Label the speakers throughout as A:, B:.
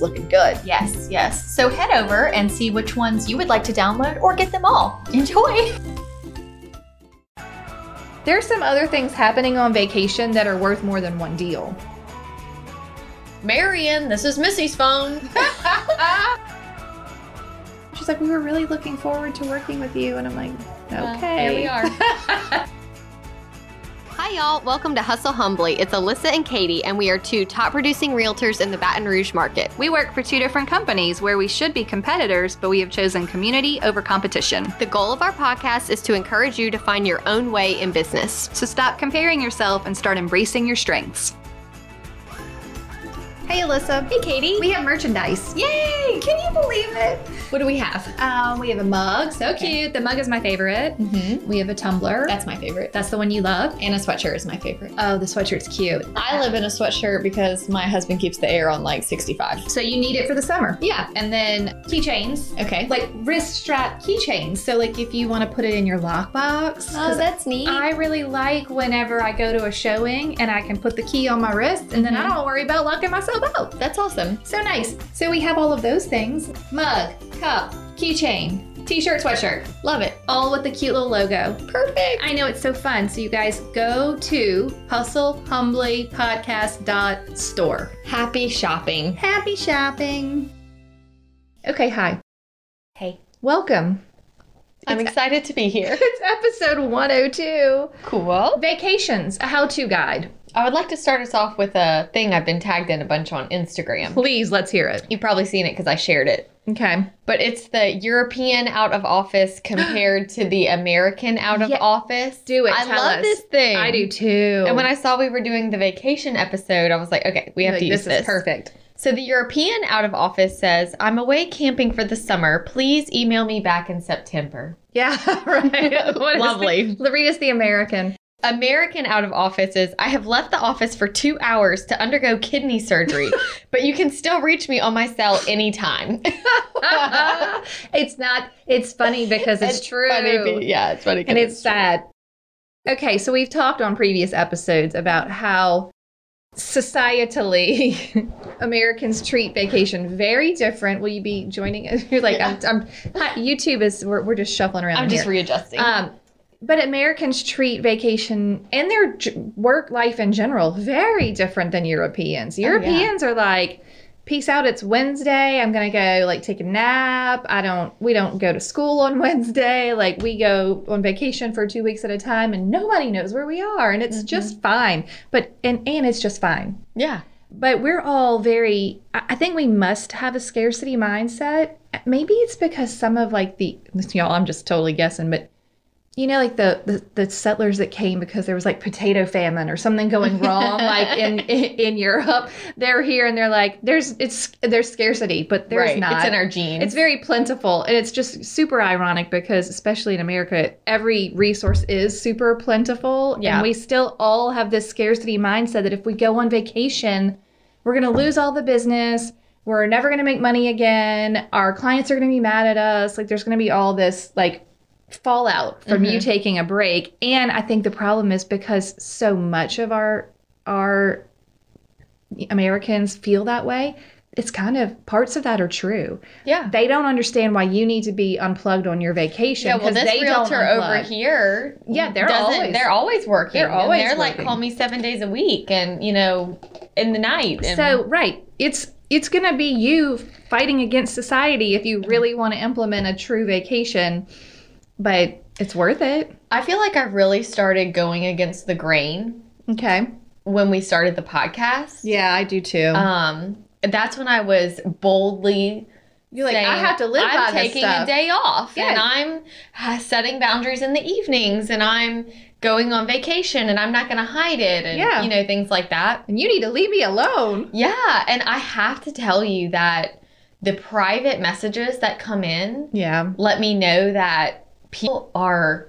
A: looking good.
B: Yes, yes. So head over and see which ones you would like to download or get them all. Enjoy.
A: There's some other things happening on vacation that are worth more than one deal.
C: Marion, this is Missy's phone.
A: She's like, we were really looking forward to working with you, and I'm like, okay,
C: Here we are. Hi, y'all. Welcome to Hustle Humbly. It's Alyssa and Katie, and we are two top producing realtors in the Baton Rouge market.
D: We work for two different companies where we should be competitors, but we have chosen community over competition.
C: The goal of our podcast is to encourage you to find your own way in business.
D: So stop comparing yourself and start embracing your strengths. Hey, Alyssa.
C: Hey, Katie.
D: We have merchandise.
C: Yay!
D: Can you believe it?
C: What do we have?
D: Um, we have a mug. So cute. The mug is my favorite.
C: Mm-hmm.
D: We have a tumbler.
C: That's my favorite.
D: That's the one you love.
C: And a sweatshirt is my favorite.
D: Oh, the sweatshirt's cute.
C: I live in a sweatshirt because my husband keeps the air on like 65.
D: So you need it for the summer.
C: Yeah.
D: And then keychains,
C: Okay.
D: like wrist strap keychains. So like if you want to put it in your lockbox. 'cause
C: Oh, that's neat.
D: I really like whenever I go to a showing and I can put the key on my wrist and then I don't worry about locking myself out.
C: Mm-hmm. that's awesome.
D: So nice. So we have all of those things mug, cup, keychain, t shirt, sweatshirt,
C: Love it.
D: all with the cute little logo.
C: Perfect.
D: I know it's so fun. So you guys go to hustlehumblypodcast.store.
C: Happy shopping.
D: Happy shopping. Okay, hi.
C: Hey.
D: Welcome.
C: I'm excited to be here.
D: It's episode 102
C: Cool.
D: Vacations, a how to guide.
C: I would like to start us off with a thing I've been tagged in a bunch on Instagram.
D: Please, let's hear it.
C: You've probably seen it because I shared it.
D: Okay.
C: But it's the European out of office compared to the American out of
D: Yeah.
C: office.
D: Do it.
C: I
D: Tell
C: love
D: us.
C: this thing.
D: I do too.
C: And when I saw we were doing the vacation episode, I was like, okay, we have
D: Like,
C: to use
D: this,
C: this.
D: is perfect.
C: So the European out of office says, I'm away camping for the summer. Please email me back in September.
D: Yeah, right. What is
C: Lovely.
D: The, Larita's the American.
C: American out of office is I have left the office for two hours to undergo kidney surgery, but you can still reach me on my cell anytime.
D: it's not. It's funny because it's, true,
C: Funny, be- yeah, it's funny. 'cause
D: and it's sad. Okay, so we've talked on previous episodes about how societally Americans treat vacation very different. Will you be joining? us? You're like I'm, I'm. hi, YouTube is. We're, we're just shuffling around.
C: I'm
D: here.
C: just readjusting.
D: Um, but Americans treat vacation and their j- work life in general very different than Europeans.
C: yeah.
D: Europeans are like, peace out, it's Wednesday. I'm gonna go like take a nap. I don't. We don't go to school on Wednesday. Like we go on vacation for two weeks at a time, and nobody knows where we are, and it's just fine. But and and it's just fine.
C: yeah.
D: But we're all very. I I think we must have a scarcity mindset. Maybe it's because some of like the y'all. I'm just totally guessing, but you know, like the, the the settlers that came because there was like potato famine or something going wrong, like in, in in Europe. They're here and they're like, there's it's there's scarcity, but there's
C: right.
D: not.
C: It's in our genes.
D: It's very plentiful, and it's just super ironic because, especially in America, every resource is super plentiful,
C: Yeah.
D: and we still all have this scarcity mindset that if we go on vacation, we're going to lose all the business. We're never going to make money again. Our clients are going to be mad at us. Like, there's going to be all this like fallout from you taking a break. And I think the problem is because so much of our our Americans feel that way. It's kind of parts of that are true
C: yeah.
D: they don't understand why you need to be unplugged on your vacation
C: Yeah, well,
D: because
C: this
D: they don't
C: realtor over
D: unplug.
C: here,
D: Yeah, they're
C: doesn't-
D: always-
C: they're always working.
D: they're
C: and
D: always
C: they're like
D: working.
C: call me seven days a week, and you know, in the night. And
D: So right, it's it's gonna be you fighting against society if you really want to implement a true vacation, but it's worth it.
C: I feel like I really started going against the grain
D: Okay.
C: when we started the podcast.
D: Yeah, I do too.
C: Um, that's when I was boldly
D: You're like, I
C: saying,
D: have to live
C: I'm
D: by this
C: taking
D: stuff.
C: a day off,
D: Yeah.
C: and I'm uh, setting boundaries in the evenings, and I'm
E: going on vacation and I'm not going to hide it and,
D: Yeah.
E: you know, things like that.
D: And you need to leave me alone.
E: Yeah. And I have to tell you that the private messages that come in
D: Yeah.
E: let me know that people are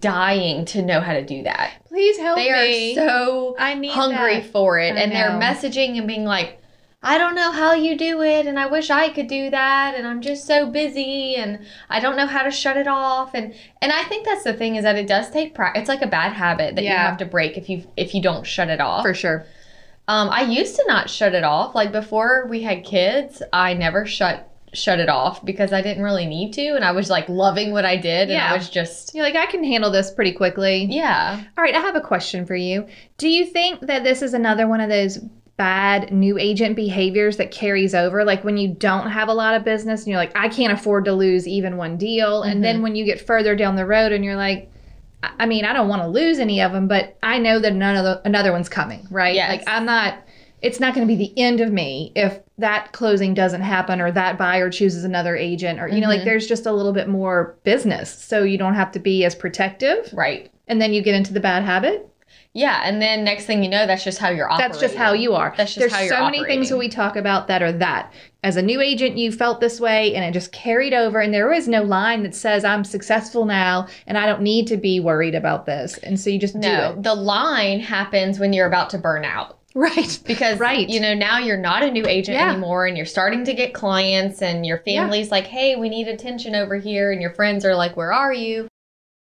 E: dying to know how to do that.
D: Please help
E: They
D: Oh, me.
E: are so
D: I need
E: hungry for it
D: I
E: and they're
D: know.
E: messaging and being like i don't know how you do it and i wish i could do that and i'm just so busy and i don't know how to shut it off and and i think that's the thing is that it does take practice it's like a bad habit that you
D: Yeah.
E: have to break if you if you don't shut it
D: that.
E: off
D: for sure.
E: um i used to not shut it off like before we had kids i never shut shut it off because i didn't really need to and i was like loving what i did and
D: Yeah.
E: i was just
D: You're like, I can handle this pretty quickly.
E: yeah
D: All right, I have a question for you. Do you think that this is another one of those bad new agent behaviors that carries over? Like when you don't have a lot of business and you're like, I can't afford to lose even one deal. And then when you get further down the road and you're like, I I mean, I don't want to lose any of them, but I know that none of the, another one's coming, right?
E: Yes.
D: Like I'm not. It's not going to be the end of me if that closing doesn't happen or that buyer chooses another agent or you know like there's just a little bit more business so you don't have to be as protective
E: right
D: and then you get into the bad habit.
E: yeah and then next thing you know that's just how you're operating.
D: That's just how you are.
E: That's just
D: There's
E: how you're
D: so many things that
E: operating.
D: we talk about that are that. As a new agent, you felt this way and it just carried over and there is no line that says I'm successful now and I don't need to be worried about this. And so you just
E: No,
D: do it.
E: the line happens when you're about to burn out
D: Right.
E: because
D: Right.
E: you know now you're not a new agent
D: Yeah.
E: anymore and you're starting to get clients and your
D: Yeah.
E: family's like, "Hey, we need attention over here." And your friends are like, "Where are you?"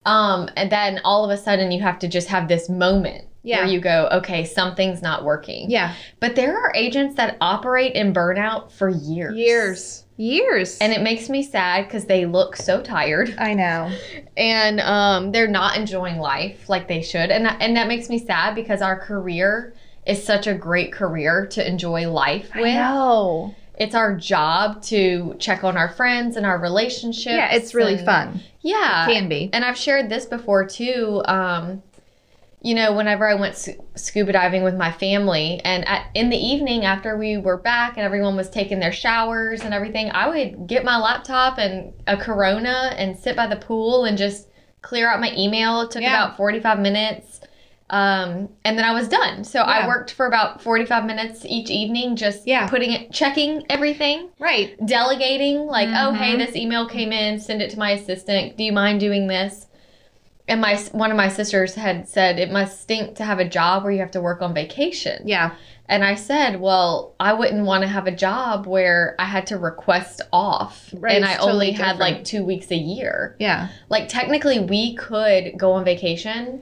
E: Um and then all of a sudden you have to just have this moment
D: Yeah.
E: where you go, "Okay, something's not working."
D: Yeah.
E: But there are agents that operate in burnout for years.
D: Years. Years.
E: And it makes me sad cuz they look so tired
D: I know.
E: and um, they're not enjoying life like they should, and that, and that makes me sad because our career is such a great career to enjoy life
D: I
E: with.
D: know.
E: It's our job to check on our friends and our relationships.
D: Yeah, it's really
E: and-
D: fun.
E: Yeah,
D: Can be.
E: and I've shared this before too. Um, you know, whenever I went sc- scuba diving with my family, and at, in the evening after we were back and everyone was taking their showers and everything, I would get my laptop and a Corona and sit by the pool and just clear out my email. It took
D: Yeah.
E: about 45 minutes. Um, and then I was done. So
D: Yeah.
E: I worked for about 45 minutes each evening, just
D: Yeah.
E: putting it, checking everything
D: Right.
E: delegating like oh
D: Mhm.
E: hey this email came in send it to my assistant do you mind doing this and my one of my sisters had said it must stink to have a job where you have to work on vacation
D: Yeah.
E: and i said well i wouldn't want to have a job where i had to request off
D: Right,
E: and
D: it's
E: i
D: totally
E: only had
D: different.
E: like two weeks a year
D: Yeah.
E: like technically we could go on vacation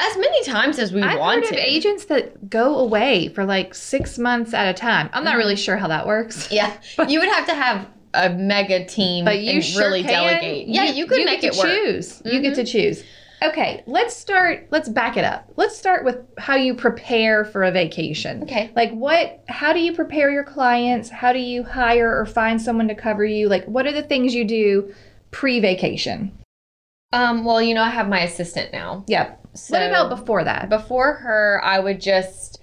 E: as many times as we
D: I've
E: wanted
D: heard of agents that go away for like six months at a time. I'm not
E: Mm.
D: really sure how that works.
E: yeah you would have to have a mega team
D: but you
E: and
D: sure
E: really
D: can.
E: delegate yeah you, could make
D: get
E: it
D: to
E: work Mm-hmm.
D: choose you get to choose okay let's start let's back it up let's start with how you prepare for a vacation
E: Okay.
D: like what how do you prepare your clients how do you hire or find someone to cover you like what are the things you do pre-vacation
E: Um, well, you know, I have my assistant now.
D: yep
E: So
D: what about before that
E: before her? I would just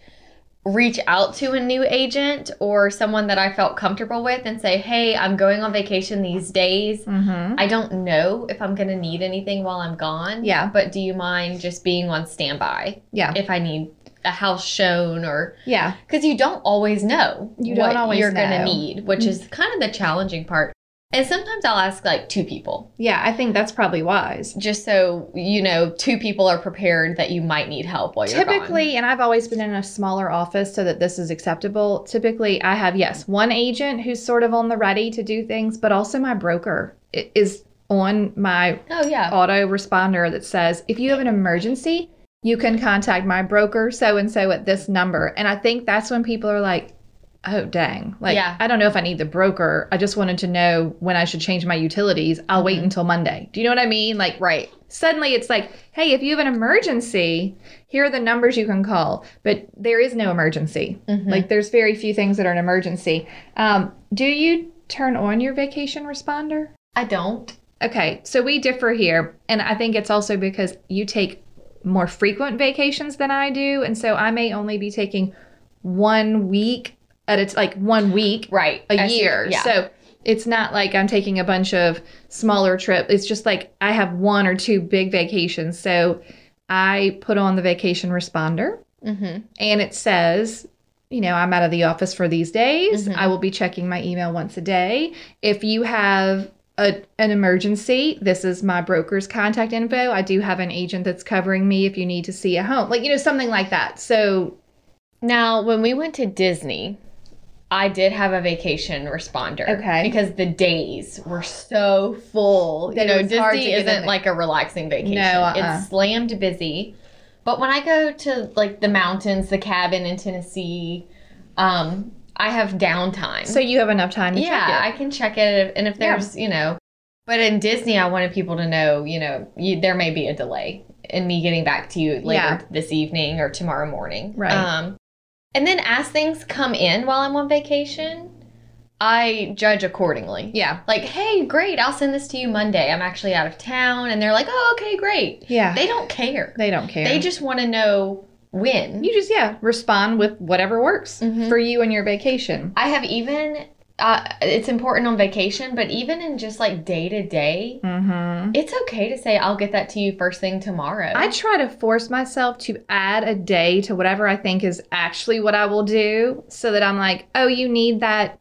E: reach out to a new agent or someone that I felt comfortable with and say, "Hey, I'm going on vacation these days.
D: mm-hmm.
E: I don't know if I'm going to need anything while I'm gone.
D: Yeah.
E: but do you mind just being on standby
D: yeah
E: if I need a house shown or
D: yeah
E: because you don't always know
D: You don't
E: what
D: always
E: you're going
D: know. Mm-hmm.
E: to need, which is kind of the challenging part. And sometimes I'll ask like two people.
D: yeah i think that's probably wise
E: just so you know, two people are prepared that you might need help while you're
D: typically and i've always been in a smaller office so that this is acceptable typically i have yes one agent who's sort of on the ready to do things but also my broker i- is on my
E: gone. Oh yeah,
D: auto responder that says if you have an emergency you can contact my broker so and so at this number and i think that's when people are like oh dang like
E: Yeah.
D: i don't know if i need the broker i just wanted to know when i should change my utilities i'll wait until monday do you know what i mean like
E: Mm-hmm. right.
D: suddenly it's like, hey, if you have an emergency, here are the numbers you can call. But there is no emergency.
E: Mm-hmm.
D: Like there's very few things that are an emergency. Um, do you turn on your vacation responder?
E: I don't.
D: Okay, so we differ here. And I think it's also because you take more frequent vacations than I do. And so I may only be taking one week at it's like one week
E: Right.
D: a
E: I see.
D: year.
E: Yeah.
D: So It's not like I'm taking a bunch of smaller trip. It's just like I have one or two big vacations. So I put on the vacation responder
E: Mm-hmm.
D: and it says, you know, I'm out of the office for these days.
E: Mhm.
D: I will be checking my email once a day. If you have a, an emergency, this is my broker's contact info. I do have an agent that's covering me if you need to see a home, like, you know, something like that. So,
E: Now, when we went to Disney, I did have a vacation responder.
D: Okay.
E: Because the days were so full.
D: That
E: you know,
D: it was hard to
E: Disney
D: get in
E: isn't
D: there.
E: like a relaxing vacation.
D: No, uh-uh.
E: It's slammed busy. But when I go to like the mountains, the cabin in Tennessee, um, I have downtime.
D: so you have enough time to check it.
E: yeah, I can check it, and if
D: Yeah.
E: there's you know, but in Disney, I wanted people to know you know you, there may be a delay in me getting back to you later
D: Yeah.
E: this evening or tomorrow morning,
D: Right.
E: Um, and then as things come in while I'm on vacation, I judge accordingly.
D: Yeah.
E: Like, hey, great, I'll send this to you Monday. I'm actually out of town, and they're like, oh, okay, great.
D: Yeah. They,
E: They don't care.
D: don't care.
E: They just want to know when.
D: you just yeah, respond with whatever works
E: Mhm.
D: for you and your vacation.
E: I have even. Uh, it's important on vacation, but even in just like day to day,
D: Mhm.
E: It's okay to say I'll get that to you first thing tomorrow.
D: I try to force myself to add a day to whatever I think is actually what I will do so that I'm like, "Oh, you need that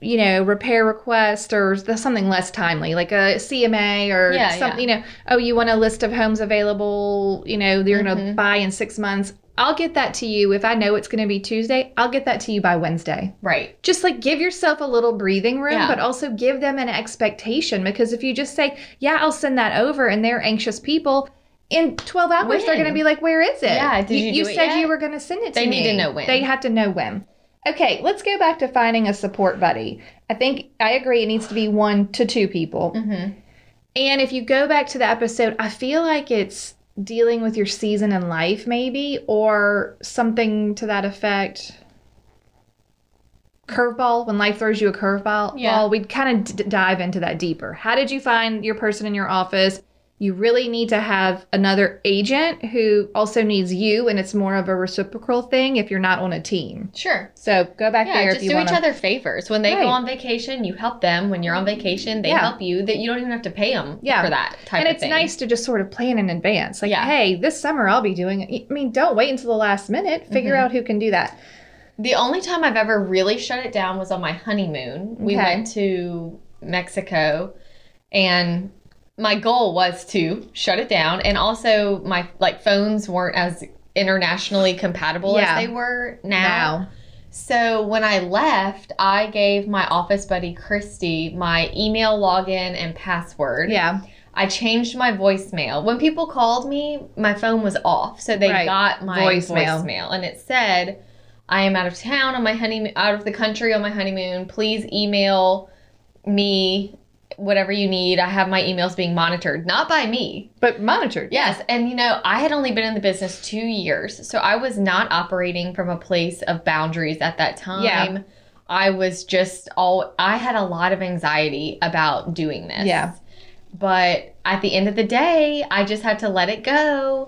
D: you know, repair request or th- something less timely, like a CMA or
E: Yeah,
D: something,
E: yeah.
D: you know, oh, you want a list of homes available, you know, they're going to
E: Mhm.
D: buy in 6 months. I'll get that to you if I know it's going to be Tuesday. I'll get that to you by Wednesday.
E: right.
D: just like give yourself a little breathing room,
E: Yeah.
D: but also give them an expectation because if you just say, Yeah, I'll send that over, and they're anxious people, in 12 hours, they're
E: When?
D: going to be like, Where is it?
E: Yeah, did you do it
D: said
E: yet?
D: you were going to send it to
E: They
D: me.
E: need to know when.
D: They have to know when. Okay, let's go back to finding a support buddy. I think I agree it needs to be one to two people.
E: Mm-hmm.
D: And if you go back to the episode, I feel like it's dealing with your season in life, maybe, or something to that effect. Curveball, when life throws you a curveball,
E: Yeah.
D: well, we'd kind of d- dive into that deeper. How did you find your person in your office? You really need to have another agent who also needs you, and it's more of a reciprocal thing if you're not on a team.
E: Sure.
D: So go back
E: Yeah,
D: there
E: just
D: if you
E: do
D: want
E: each
D: to.
E: other favors. When they
D: Right. Mm-hmm.
E: go on vacation, you help them. When you're on vacation, they
D: Yeah.
E: help you. That you don't even have to pay them
D: Yeah.
E: for that type
D: And
E: of
D: it's
E: thing.
D: nice to just sort of plan in advance. Like,
E: Yeah.
D: hey, this summer I'll be doing it. I mean, don't wait until the last minute. Figure
E: Mhm.
D: out who can do that.
E: The only time I've ever really shut it down was on my honeymoon. We
D: Okay.
E: went to Mexico and my goal was to shut it down and also my like phones weren't as internationally compatible
D: Yeah.
E: as they were now. So when I left, I gave my office buddy Christy my email login and password.
D: Yeah.
E: I changed my voicemail. When people called me, my phone was off, so they
D: Right.
E: got my
D: Voicemail.
E: voicemail. and it said, "I am out of town on my honeymoon, out of the country on my honeymoon. Please email me whatever you need. I have my emails being monitored, not by me,
D: But monitored.
E: Yes, and you know, I had only been in the business two years, so I was not operating from a place of boundaries at that time.
D: Yeah.
E: I was just all I had a lot of anxiety about doing this.
D: Yeah.
E: But at the end of the day, I just had to let it go.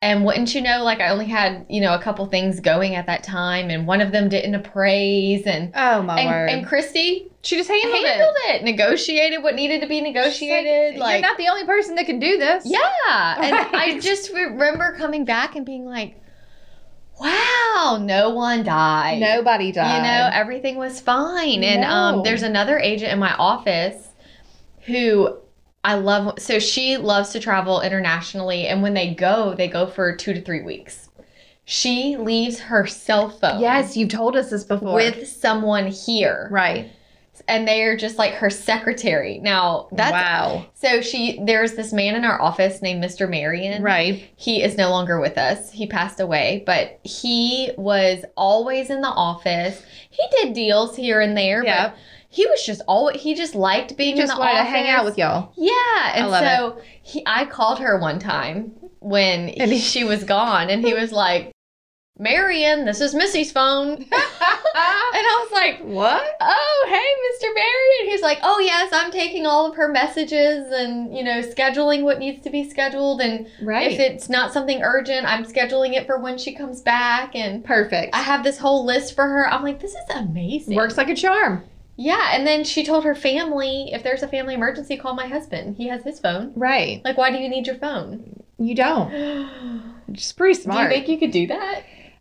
E: And wouldn't you know, like I only had, you know, a couple things going at that time and one of them didn't appraise and
D: Oh, my
E: and,
D: word.
E: and Christy
D: she just handled,
E: handled
D: it.
E: it, negotiated what needed to be negotiated.
D: She's
E: like
D: you're not the only person that can do this.
E: yeah. And I
D: Right.
E: just remember coming back and being like, wow, no one died.
D: Nobody died.
E: You know, everything was fine. And
D: No.
E: um, there's another agent in my office who I love. So she loves to travel internationally. And when they go, they go for two to three weeks. She leaves her cell phone.
D: Yes, you've told us this before.
E: With someone here.
D: right.
E: And they're just like her secretary. Now, that's
D: wow.
E: so she, there's this man in our office named Mr. Marion.
D: Right.
E: He is no longer with us. He passed away, but he was always in the office. He did deals here and there,
D: Yeah.
E: but he was just always he just liked being in
D: Just
E: the
D: wanted
E: office.
D: to hang out with y'all.
E: Yeah, and
D: love
E: so he, I called her one time when
D: And he-
E: she was gone, and he was like, "Marion, this is Missy's phone," and I was like,
D: What?
E: oh hey mr marion he's like oh yes i'm taking all of her messages and you know scheduling what needs to be scheduled and
D: Right.
E: if it's not something urgent i'm scheduling it for when she comes back and
D: Perfect.
E: i have this whole list for her i'm like this is amazing
D: Works like a charm.
E: Yeah, and then she told her family, if there's a family emergency, call my husband. He has his phone.
D: Right.
E: Like, why do you need your phone?
D: You don't.
E: do
D: She's pretty
E: you
D: smart.
E: think you could do that?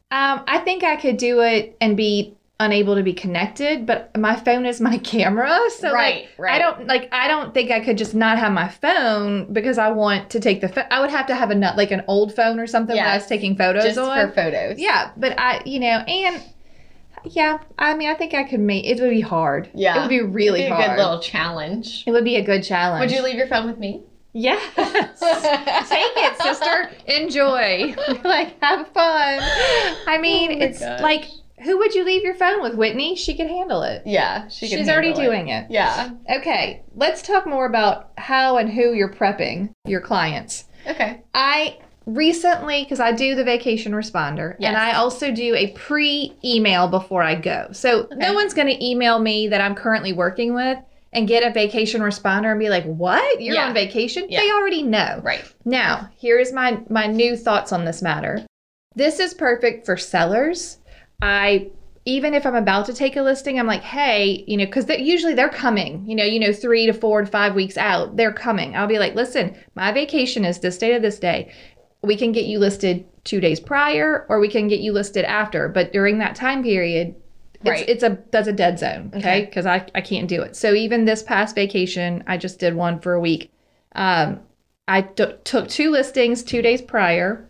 D: um, I think I could do it and be unable to be connected, but my phone is my camera, so like,
E: right, right.
D: I don't like. I don't think I could just not have my phone because I want to take the. Pho- I would have to have a nut like an old phone or something when I
E: Yes.
D: was taking photos
E: just
D: on.
E: for photos.
D: Yeah, but I, you know, and yeah, I mean, I think I could make it. Would be hard.
E: Yeah.
D: it would be really
E: Be a
D: hard.
E: good little challenge.
D: it would be a good challenge.
E: Would you leave your phone with me?
D: Yeah. Take it, sister. Enjoy. like, have fun. I mean,
E: Oh my
D: it's
E: gosh.
D: like, who would you leave your phone with, Whitney? She could handle it.
E: Yeah, she can
D: She's already
E: handle
D: doing it.
E: It. Yeah.
D: Okay, let's talk more about how and who you're prepping your clients.
E: Okay.
D: I recently, because I do the vacation responder,
E: Yes.
D: and I also do a pre email before I go. So no
E: Okay.
D: one's going to email me that I'm currently working with and get a vacation responder and be like, what? You're
E: Yeah.
D: on vacation?
E: Yeah.
D: They already know.
E: Right.
D: Now, here is my my new thoughts on this matter. This is perfect for sellers. I even if I'm about to take a listing, I'm like, hey, you know, because usually they're coming, you know, you know, three to four to five weeks out, they're coming. I'll be like, listen, my vacation is this day to this day. We can get you listed two days prior, or we can get you listed after. But during that time period,
E: Right.
D: it's, it's a that's a dead zone, okay? Because I I can't do it. So even this past vacation, I just did one for a week. Um, I t- took two listings two days prior.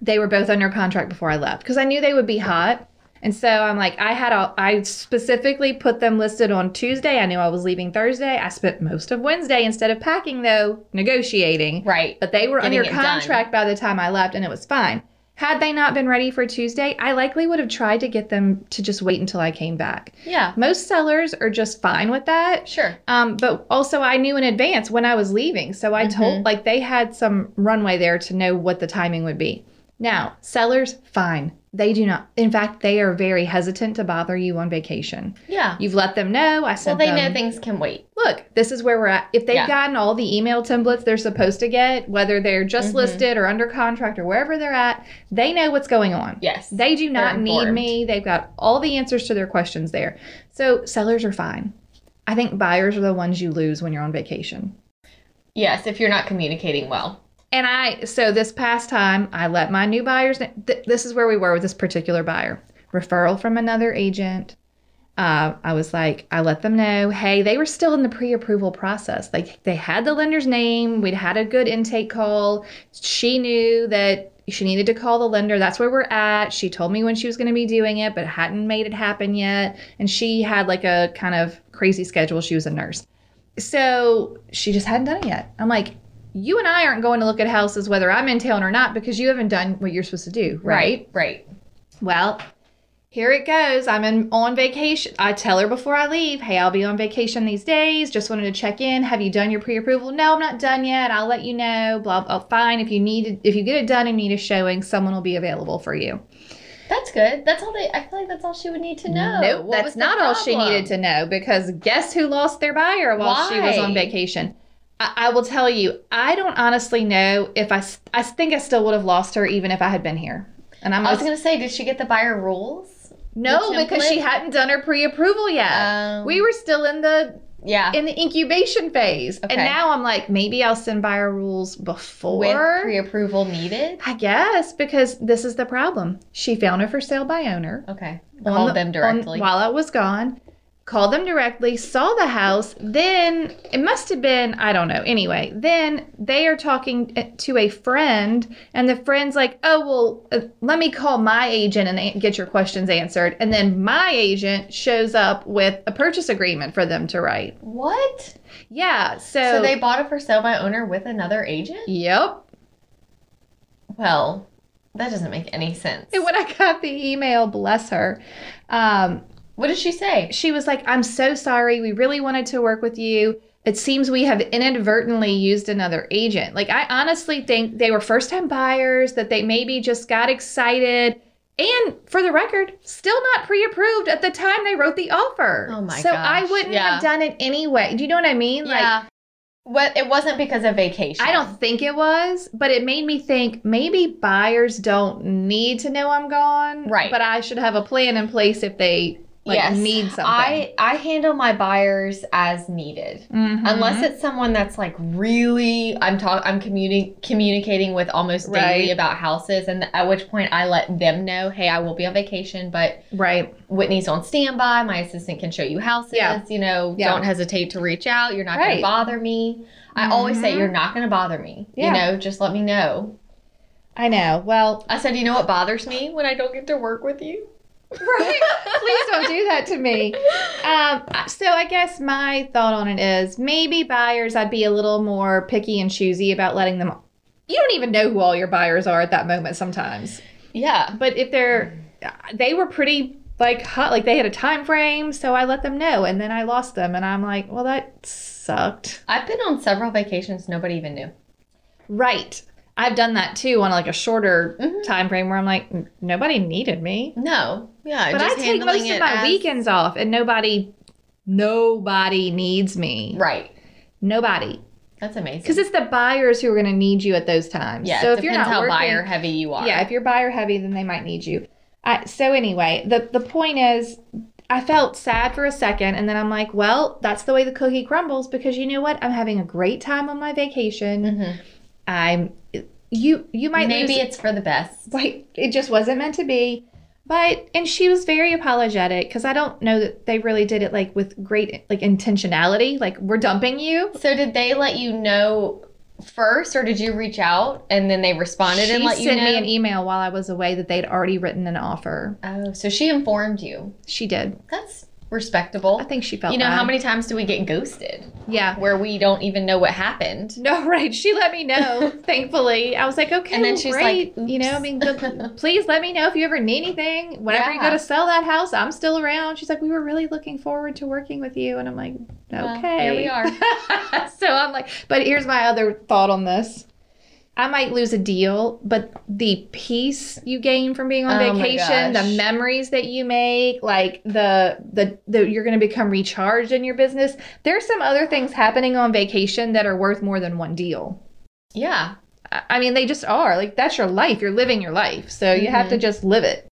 D: They were both under contract before I left because I knew they would be hot. And so I'm like, I had all, I specifically put them listed on Tuesday. I knew I was leaving Thursday. I spent most of Wednesday instead of packing, though, negotiating.
E: Right.
D: But they were
E: Getting
D: under
E: it done.
D: contract by the time I left and it was fine. Had they not been ready for Tuesday, I likely would have tried to get them to just wait until I came back.
E: Yeah.
D: Most sellers are just fine with that.
E: Sure.
D: Um, but also, I knew in advance when I was leaving. So I
E: Mm-hmm.
D: told, like, they had some runway there to know what the timing would be. Now, sellers, fine. They do not, in fact, they are very hesitant to bother you on vacation.
E: Yeah.
D: You've let them know. I
E: Well,
D: sent
E: they
D: them,
E: know things can wait.
D: look, this is where we're at. If they've
E: Yeah.
D: gotten all the email templates they're supposed to get, whether they're just
E: Mhm.
D: listed or under contract or wherever they're at, they know what's going on.
E: Yes.
D: They do not
E: They're
D: need
E: informed.
D: me. They've got all the answers to their questions there. So sellers are fine. I think buyers are the ones you lose when you're on vacation.
E: yes, if you're not communicating well.
D: And I, so this past time, I let my new buyers, kn- th- this is where we were with this particular buyer referral from another agent. Uh, I was like, I let them know, hey, they were still in the pre approval process. Like, they had the lender's name, we'd had a good intake call. She knew that she needed to call the lender. That's where we're at. She told me when she was going to be doing it, but hadn't made it happen yet. And she had like a kind of crazy schedule. She was a nurse. So she just hadn't done it yet. I'm like, you and I aren't going to look at houses whether I'm in town or not because you haven't done what you're supposed to do, right?
E: Right.
D: Well, here it goes. I'm in, on vacation. I tell her before I leave, hey, I'll be on vacation these days. Just wanted to check in. Have you done your pre-approval? No, I'm not done yet. I'll let you know. Blah blah. Fine. If you need, if you get it done and need a showing, someone will be available for you.
E: That's good. That's all they. I feel like that's all she would need to know.
D: no,
E: Oh, What
D: that's
E: was the
D: not all she
E: problem?
D: needed to know because guess who lost their buyer while she was
E: Why?
D: on vacation? I, I will tell you, I don't honestly know if I. s- I think I still would have lost her even if I had been here. And I'm
E: I was
D: like,
E: gonna say, did she get the buyer rules?
D: no,
E: the
D: because she
E: template?
D: hadn't done her pre-approval yet.
E: Um,
D: we were still in the
E: yeah.
D: in the incubation phase,
E: Okay.
D: and now I'm like, maybe I'll send buyer rules
E: With
D: before.
E: pre-approval needed.
D: I guess because this is the problem. She found her for sale by owner.
E: Okay.
D: on
E: Called
D: the-
E: them
D: on-
E: directly.
D: while I was gone. Called them directly, saw the house. Then it must have been, I don't know. Anyway, then they are talking uh, to a friend, and the friend's like, Oh, well, uh, let me call my agent and a- get your questions answered. And then my agent shows up with a purchase agreement for them to write.
E: what?
D: Yeah. So,
E: So they bought it for sale by owner with another agent?
D: yep.
E: Well, that doesn't make any sense.
D: And when I got the email, bless her, um,
E: What did she say?
D: she was like, I'm so sorry. We really wanted to work with you. It seems we have inadvertently used another agent. Like, I honestly think they were first time buyers, that they maybe just got excited. And for the record, still not pre approved at the time they wrote the offer.
E: Oh my
D: So I
E: gosh,
D: wouldn't
E: yeah.
D: have done it anyway. Do you know what I mean? Like,
E: What? It wasn't because of vacation.
D: I don't think it was, but it made me think maybe buyers don't need to know I'm gone.
E: Right.
D: But I should have a plan in place if they like
E: Yes.
D: need something.
E: I I handle my buyers as needed.
D: Mhm.
E: Unless it's someone that's like really I'm talk I'm communi- communicating with almost daily
D: Right.
E: about houses and at which point I let them know, "Hey, I will be on vacation, but
D: right,
E: Whitney's on standby. My assistant can show you houses.
D: Yeah.
E: You know,
D: Yeah.
E: don't hesitate to reach out. You're not going
D: Right.
E: to bother me." I always say
D: Mhm.
E: you're not going to bother me.
D: Yeah.
E: You know, just let me know.
D: I know. Well,
E: I said, "You know what bothers me when I don't get to work with you?"
D: please don't do that to me. Um, so I guess my thought on it is maybe buyers I'd be a little more picky and choosy about letting them. You don't even know who all your buyers are at that moment sometimes.
E: Yeah.
D: But if they're, they were pretty like hot, like they had a time frame, so I let them know, and then I lost them, and I'm like, well, that sucked.
E: I've been on several vacations nobody even knew.
D: Right. I've done that too on like a shorter
E: Mhm.
D: time frame where I'm like, "N- nobody needed me.
E: No. Yeah.
D: But I
E: just
D: take
E: handling
D: most of
E: it
D: my
E: as-
D: weekends off, and nobody, nobody needs me.
E: Right.
D: Nobody,
E: That's amazing.
D: because it's the buyers who are going to need you at those times.
E: yeah.
D: So
E: it
D: if you're
E: depends
D: not
E: how
D: working,
E: buyer heavy you are.
D: yeah, if you're buyer heavy, then they might need you. I, so anyway, the the point is, I felt sad for a second, and then I'm like, well, that's the way the cookie crumbles because you know what? I'm having a great time on my vacation.
E: Mhm.
D: I'm you you might
E: Maybe
D: lose-
E: it's for the best.
D: like it just wasn't meant to be but and she was very apologetic because i don't know that they really did it like with great like intentionality like we're dumping you
E: So did they let you know first, or did you reach out and then they responded
D: she
E: and let you
D: sent
E: know?
D: me an e- email while i was away that they'd already written an offer
E: oh, so she informed you.
D: she did
E: That's respectable.
D: i think she felt
E: you know
D: bad.
E: how many times do we get ghosted
D: yeah
E: where we don't even know what happened?
D: no right she let me know thankfully i was like okay
E: And then she's
D: great.
E: like,
D: you know i mean good, please let me know if you ever need anything whenever you go
E: Yeah.
D: to sell that house i'm still around she's like we were really looking forward to working with you and i'm like okay
E: Well, here we are.
D: so I'm like, but here's my other thought on this. I might lose a deal, but the peace you gain from being on
E: Oh my
D: vacation, the
E: gosh.
D: memories that you make, like the the, the you're going to become recharged in your business. There's some other things happening on vacation that are worth more than one deal.
E: yeah.
D: I I mean, they just are. Like that's your life. You're living your life. So you have to
A: Mm-hmm.
D: just live it.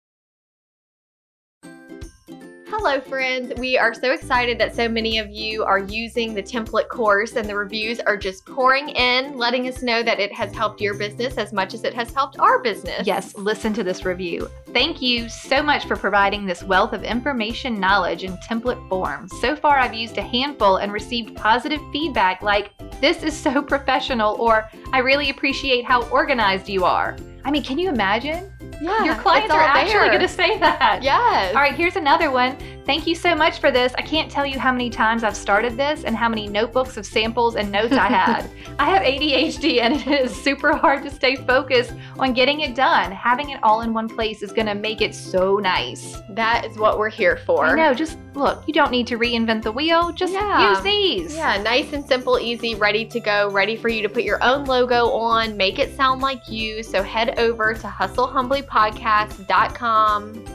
C: Hello, friends. We are so excited that so many of you are using the template course, and the reviews are just pouring in, letting us know that it has helped your business as much as it has helped our business.
A: Yes, listen to this review. Thank you so much for providing this wealth of information, knowledge, in template form. So far, I've used a handful and received positive feedback like, this is so professional, or I really appreciate how organized you are. I mean, can you imagine?
C: Yeah.
A: Your clients
C: it's
A: are
C: all
A: actually
C: there.
A: going to say that.
C: Yes.
A: All right, here's another one. Thank you so much for this. I can't tell you how many times I've started this and how many notebooks of samples and notes I had. I have ADHD and it is super hard to stay focused on getting it done. Having it all in one place is going to make it so nice.
C: That is what we're here for.
A: I know, just look, you don't need to reinvent the wheel. Just
C: Yeah.
A: use these.
C: Yeah, nice and simple, easy, ready to go, ready for you to put your own logo on, make it sound like you. So head over to hustlehumblypodcast.com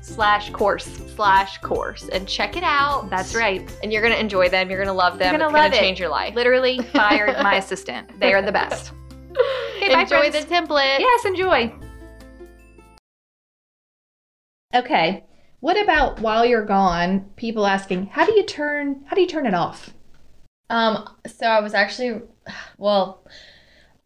C: slash course slash course and check it out.
A: That's right.
C: And you're gonna enjoy them. You're gonna love them.
A: You're gonna
C: it's gonna
A: love it.
C: change your life.
A: Literally fired my assistant. They are the best. Okay, bye,
C: enjoy
A: friends.
C: the template.
A: Yes, enjoy.
D: Okay. What about while you're gone? People asking, how do you turn? How do you turn it off?
E: Um, so I was actually, well,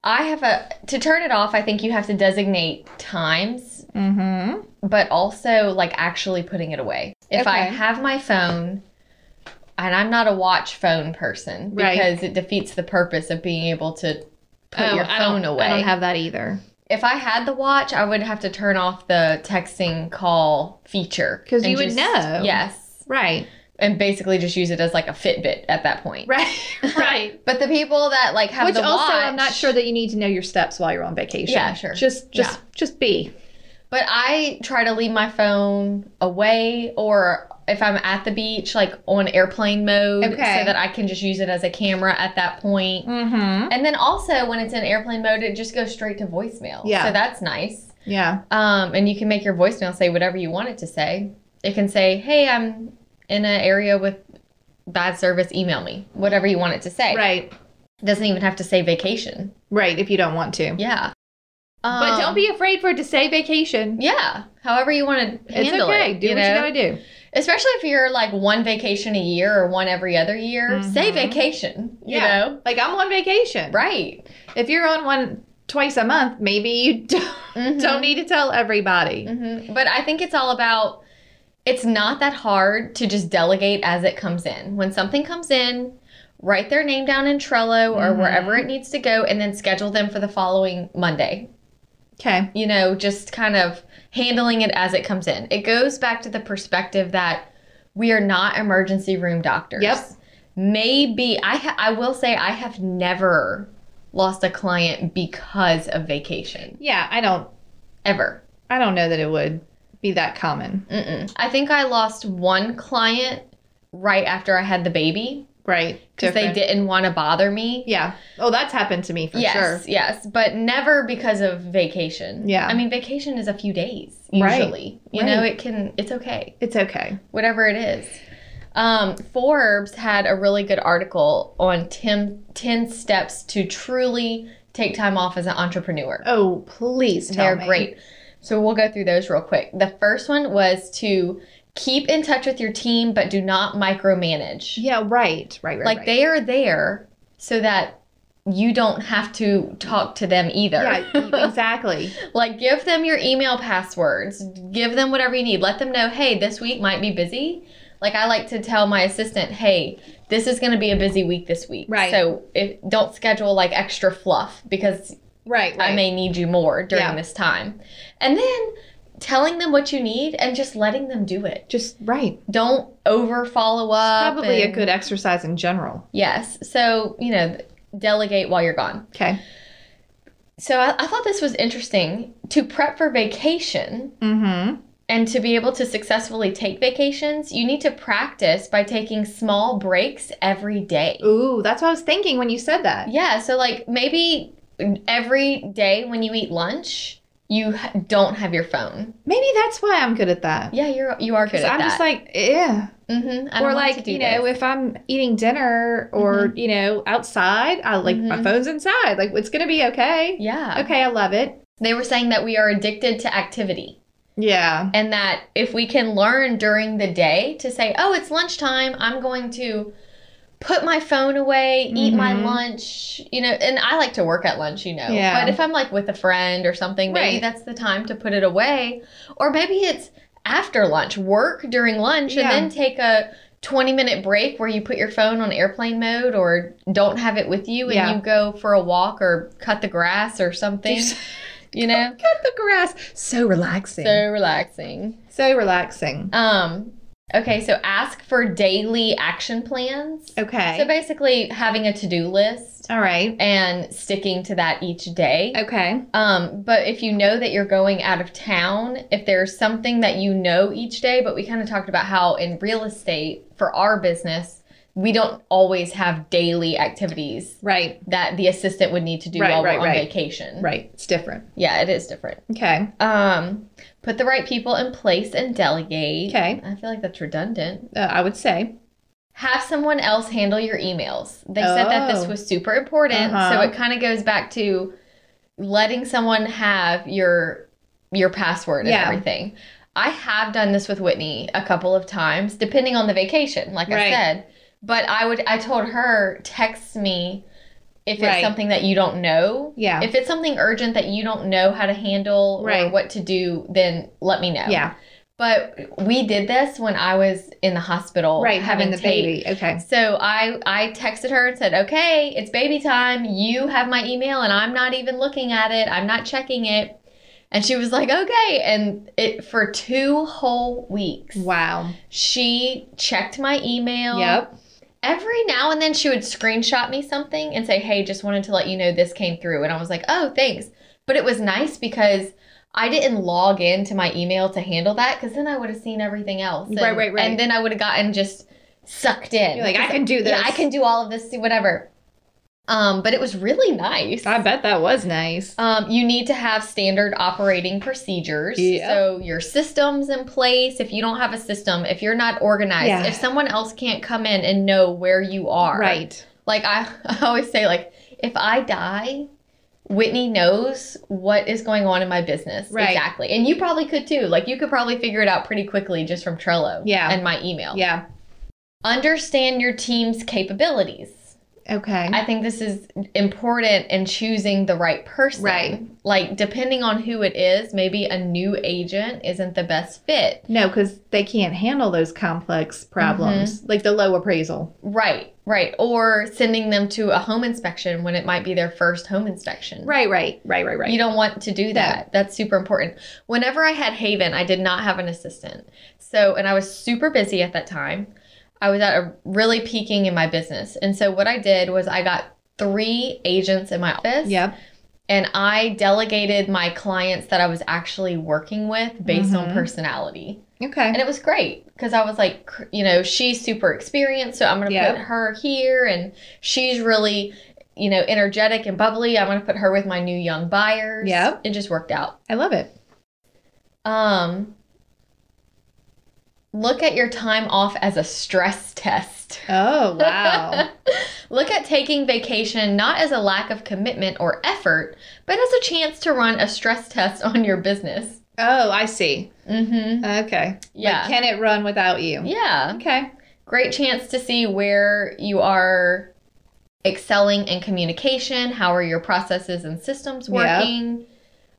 E: I have a, to turn it off, I think you have to designate times,
D: Mm-hmm.
E: but also like actually putting it away. If I
D: Okay.
E: have my phone, and I'm not a watch phone person
D: Right.
E: because it defeats the purpose of being able to put
D: Oh,
E: your
D: I
E: phone
D: don't-
E: away.
D: I don't have that either.
E: if I had the watch, I would have to turn off the texting call feature
D: 'Cause
E: and
D: you would know.
E: Yes.
D: Right.
E: And basically just use it as like a Fitbit at that point.
D: Right.
A: Right.
E: But the people that like have
D: Which
E: the
D: also
E: watch,
D: I'm not sure that you need to know your steps while you're on vacation.
E: Yeah, sure.
D: Just just just be.
E: But I try to leave my phone away or if I'm at the beach, like on airplane mode, so
D: Okay.
E: that I can just use it as a camera at that point.
D: Mm-hmm.
E: And then also when it's in airplane mode, it just goes straight to voicemail.
D: Yeah.
E: So that's nice.
D: Yeah.
E: Um, and you can make your voicemail say whatever you want it to say. It can say, hey, I'm in an area with bad service, email me, whatever you want it to say.
D: Right.
E: It doesn't even have to say vacation.
D: Right. If you don't want to.
E: Yeah.
D: But
E: Um,
D: don't be afraid for it to say vacation.
E: Yeah. However you want to
D: It's
E: handle
D: okay.
E: it.
D: do
E: you
D: what
E: know?
D: you gotta do.
E: especially if you're like one vacation a year or one every other year, say
D: Mhm.
E: vacation, you
D: Yeah.
E: know?
D: Like I'm on vacation.
E: Right.
D: If you're on one twice a month, maybe you don't,
E: Mhm.
D: don't need to tell everybody.
E: Mhm. But I think it's all about it's not that hard to just delegate as it comes in. When something comes in, write their name down in Trello or
D: Mhm.
E: wherever it needs to go and then schedule them for the following Monday.
D: Okay.
E: You know, just kind of handling it as it comes in. It goes back to the perspective that we are not emergency room doctors.
D: Yep.
E: Maybe I ha- I will say I have never lost a client because of vacation
D: Yeah, I don't
E: ever.
D: I don't know that it would be that common.
E: Mm-mm. I think I lost one client right after I had the baby
D: Right.
E: because Mm. they
D: Different.
E: didn't want to bother me.
D: Yeah. Oh, that's happened to me for
E: yes,
D: sure.
E: yes, but never because of vacation.
D: Yeah.
E: I mean, vacation is a few days
D: Right.
E: usually. You know,
D: Right.
E: it can, it's okay,
D: It's okay.
E: whatever it is. Um, Forbes had a really good article on Tim 10 steps to truly take time off as an entrepreneur.
D: Oh, please tell
E: They're
D: me.
E: great. So we'll go through those real quick. The first one was to keep in touch with your team, but do not micromanage.
D: Yeah, right. Right, right.
E: like
D: right.
E: they are there so that you don't have to talk to them either.
D: Yeah, e, exactly.
E: Like give them your email passwords, give them whatever you need. Let them know, hey, this week might be busy. Like I like to tell my assistant, hey, this is going to be a busy week this week.
D: Right.
E: So if, don't schedule like extra fluff because
D: right, right.
E: I may need you more during
D: Yeah.
E: this time. And then telling them what you need and just letting them do it.
D: just right.
E: Don't over follow up.
D: Probably a
E: and-
D: good exercise in general.
E: Yes. So, you know, delegate while you're gone.
D: Okay.
E: So I, I thought this was interesting to prep for vacation
D: Mm-hmm.
E: and to be able to successfully take vacations, you need to practice by taking small breaks every day.
D: Ooh, that's what I was thinking when you said that.
E: Yeah, so like maybe every day when you eat lunch, you ha- don't have your phone.
D: Maybe that's why I'm good at that.
E: Yeah, you're you are good
D: Because
E: at
D: I'm
E: that.
D: just like, yeah.
E: Mm-hmm.
D: or like you know if i'm eating dinner or
E: Mm-hmm.
D: you know outside i like my
E: Mhm.
D: phone's inside like it's gonna be okay
E: yeah.
D: okay i love it
E: They were saying that we are addicted to activity
D: yeah
E: and that if we can learn during the day to say, oh, it's lunchtime, I'm going to put my phone away, eat my
D: Mhm.
E: lunch, you know, and I like to work at lunch, you know.
D: Yeah.
E: But if I'm like with a friend or something, maybe
D: Right.
E: that's the time to put it away. Or maybe it's after lunch, work during lunch,
D: Yeah.
E: and then take a 20 minute break where you put your phone on airplane mode or don't have it with you and
D: Yeah.
E: you go for a walk or cut the grass or something, you know?
D: cut the grass so relaxing so,
E: So relaxing.
D: relaxing
E: Um, okay, so ask for daily action plans.
D: okay
E: So basically, having a to do list
D: all right
E: and sticking to that each day.
D: okay
E: Um, but if you know that you're going out of town, if there's something that you know each day, but we kind of talked about how in real estate for our business, we don't always have daily activities
D: right
E: that the assistant would need to do
D: Right,
E: while
D: right,
E: we're on
D: right.
E: vacation.
D: right it's different
E: Yeah, it is different.
D: okay
E: Um, put the right people in place and delegate.
D: Okay.
E: I feel like that's redundant.
D: uh, i would say
E: have someone else handle your emails. They said that this
D: Oh.
E: was super important, so
D: Uh-huh.
E: it kind of goes back to letting someone have your your password and
D: Yeah.
E: everything. I have done this with Whitney a couple of times depending on the vacation, like I
D: Right.
E: said. But I would I told her text me if
D: Right.
E: it's something that you don't know.
D: yeah
E: If it's something urgent that you don't know how to handle or
D: Right.
E: what to do, then let me know.
D: yeah
E: But we did this when I was in the hospital,
D: right having the
E: tape.
D: baby okay
E: So I I texted her and said, "Okay, it's baby time. You have my email and I'm not even looking at it. I'm not checking it." And she was like, "Okay." And it for 2 whole weeks.
D: wow
E: She checked my email.
D: yep
E: Every now and then she would screenshot me something and say, "Hey, just wanted to let you know this came through." And I was like, "Oh, thanks." But it was nice because I didn't log into my email to handle that because then I would have seen everything else.
D: Right,
E: And-
D: right, right.
E: And then I would have gotten just sucked in.
D: you're like i
E: Because
D: can do this
E: yeah, I can do all of this, whatever. Um, but it was really nice.
D: i bet that was nice
E: Um, you need to have standard operating procedures.
D: Yeah.
E: So your system's in place. If you don't have a system, if you're not organized,
D: Yeah.
E: if someone else can't come in and know where you are.
D: right
E: Like I, I always say, like, if I die, Whitney knows what is going on in my business.
F: Right.
E: Exactly. And you probably could too. Like you could probably figure it out pretty quickly just from Trello
F: Yeah.
E: and my email.
F: Yeah.
E: Understand your team's capabilities.
F: Okay.
E: I think this is important in choosing the right person.
F: Right.
E: Like depending on who it is, maybe a new agent isn't the best fit.
F: no, because they can't handle those complex
E: Mm-hmm.
F: problems, like the low appraisal.
E: Right. Right. Or sending them to a home inspection when it might be their first home inspection.
F: Right, right, right, right, right.
E: You don't want to do that. That's super important. Whenever I had Haven, I did not have an assistant. So, and I was super busy at that time. I was at a really peaking in my business. And so what I did was I got three agents in my office
F: Yep.
E: and I delegated my clients that I was actually working with based
F: Mhm.
E: on personality.
F: Okay.
E: And it was great because I was like, cr- you know, she's super experienced, so I'm gonna
F: Yeah.
E: put her here, and she's really, you know, energetic and bubbly. I'm gonna put her with my new young buyers.
F: Yep.
E: it just worked out.
F: I love it.
E: Um, look at your time off as a stress test.
F: Oh, wow.
E: Look at taking vacation not as a lack of commitment or effort, but as a chance to run a stress test on your business.
F: oh, I see.
E: Mm-hmm.
F: Okay.
E: Yeah.
F: Like, can it run without you?
E: yeah.
F: Okay.
E: great chance to see where you are excelling in communication how are your processes and systems
F: Yep.
E: working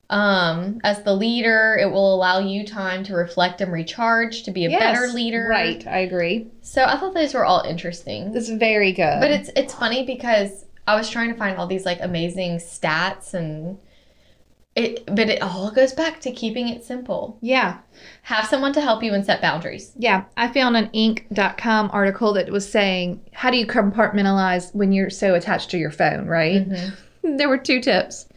E: um as the leader it will allow you time to reflect and recharge to be a
F: Yes,
E: better leader
F: Right. I agree.
E: so i thought those were all interesting
F: It's very good.
E: but it's it's funny because i was trying to find all these like amazing stats and it but it all goes back to keeping it simple
F: yeah.
E: have someone to help you and set boundaries
F: Yeah, I found an Inc.com article that was saying, How do you compartmentalize when you're so attached to your phone, right?
E: Mhm.
F: There were two tips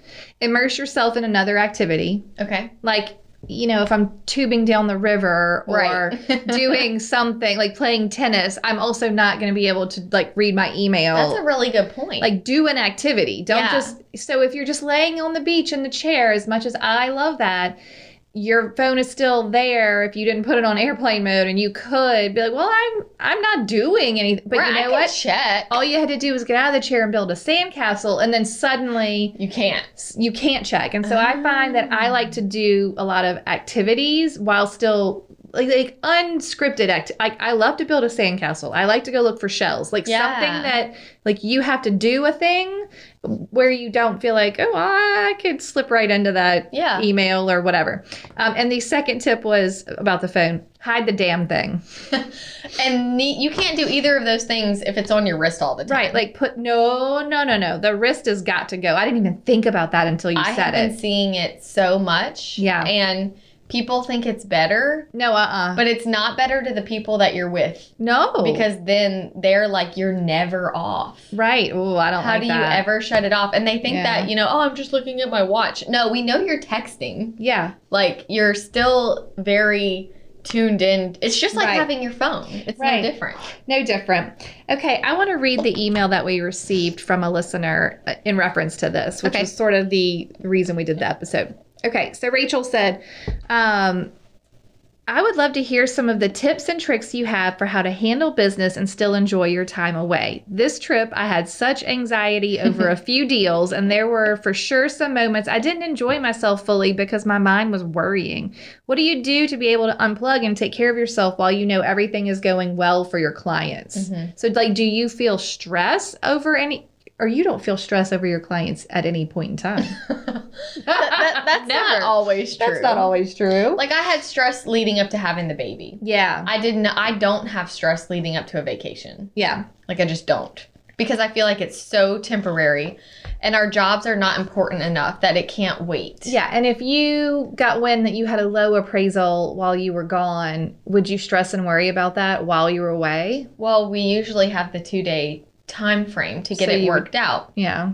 F: immerse yourself in another activity.
E: okay
F: Like, you know, if I'm tubing down the river or
E: Right.
F: doing something like playing tennis, I'm also not going to be able to like read my email.
E: that's a really good point
F: like do an activity. Don't
E: Yeah.
F: just so if you're just laying on the beach in the chair as much as I love that, your phone is still there if you didn't put it on airplane mode and you could be like, "Well, I'm I'm not doing anything." But
E: Right,
F: you
E: I
F: know
E: can
F: what?
E: Check.
F: All you had to do was get out of the chair and build a sandcastle and then suddenly
E: You can't.
F: s- you can't check. And so
E: Ah.
F: I find that I like to do a lot of activities while still like, like unscripted act. Like I love to build a sandcastle. I like to go look for shells. Like
E: Yeah.
F: something that like you have to do a thing where you don't feel like oh I could slip right into that
E: Yeah.
F: email or whatever. Um, and the second tip was about the phone. Hide the damn thing.
E: And ne- you can't do either of those things if it's on your wrist all the time.
F: Right. Like put no no no no. The wrist has got to go. I didn't even think about that until you
E: I have
F: said
E: been
F: it.
E: seeing it so much.
F: Yeah.
E: And people think it's better,
F: No uh uh
E: but it's not better to the people that you're with
F: No.
E: because then they're like, you're never off.
F: Right. Oh, I don't
E: How
F: like
E: do
F: that.
E: you ever shut it off? And they think
F: Yeah.
E: that, you know, oh, I'm just looking at my watch. No, we know you're texting.
F: Yeah.
E: Like, you're still very tuned in. It's just like
F: Right.
E: having your phone, it's
F: Right.
E: no different.
F: No different. Okay, I want to read the email that we received from a listener uh, in reference to this, which
E: Okay.
F: was sort of the reason we did the episode. Okay, so Rachel said, um, I would love to hear some of the tips and tricks you have for how to handle business and still enjoy your time away. This trip, I had such anxiety over a few deals, and there were for sure some moments I didn't enjoy myself fully because my mind was worrying. What do you do to be able to unplug and take care of yourself while you know everything is going well for your clients? So, like, do you feel stress over any, or you don't feel stress over your clients at any point in time?
E: That- that's not always true.
F: always true.
E: Like I had stress leading up to having the baby.
F: yeah.
E: I didn't I don't have stress leading up to a vacation.
F: Yeah.
E: Like I just don't. Because I feel like it's so temporary and our jobs are not important enough that it can't wait.
F: Yeah. And if you got wind that you had a low appraisal while you were gone, would you stress and worry about that while you were away?
E: Well, we usually have the 2-day time frame to get
F: So
E: it
F: you would-
E: worked out.
F: Yeah.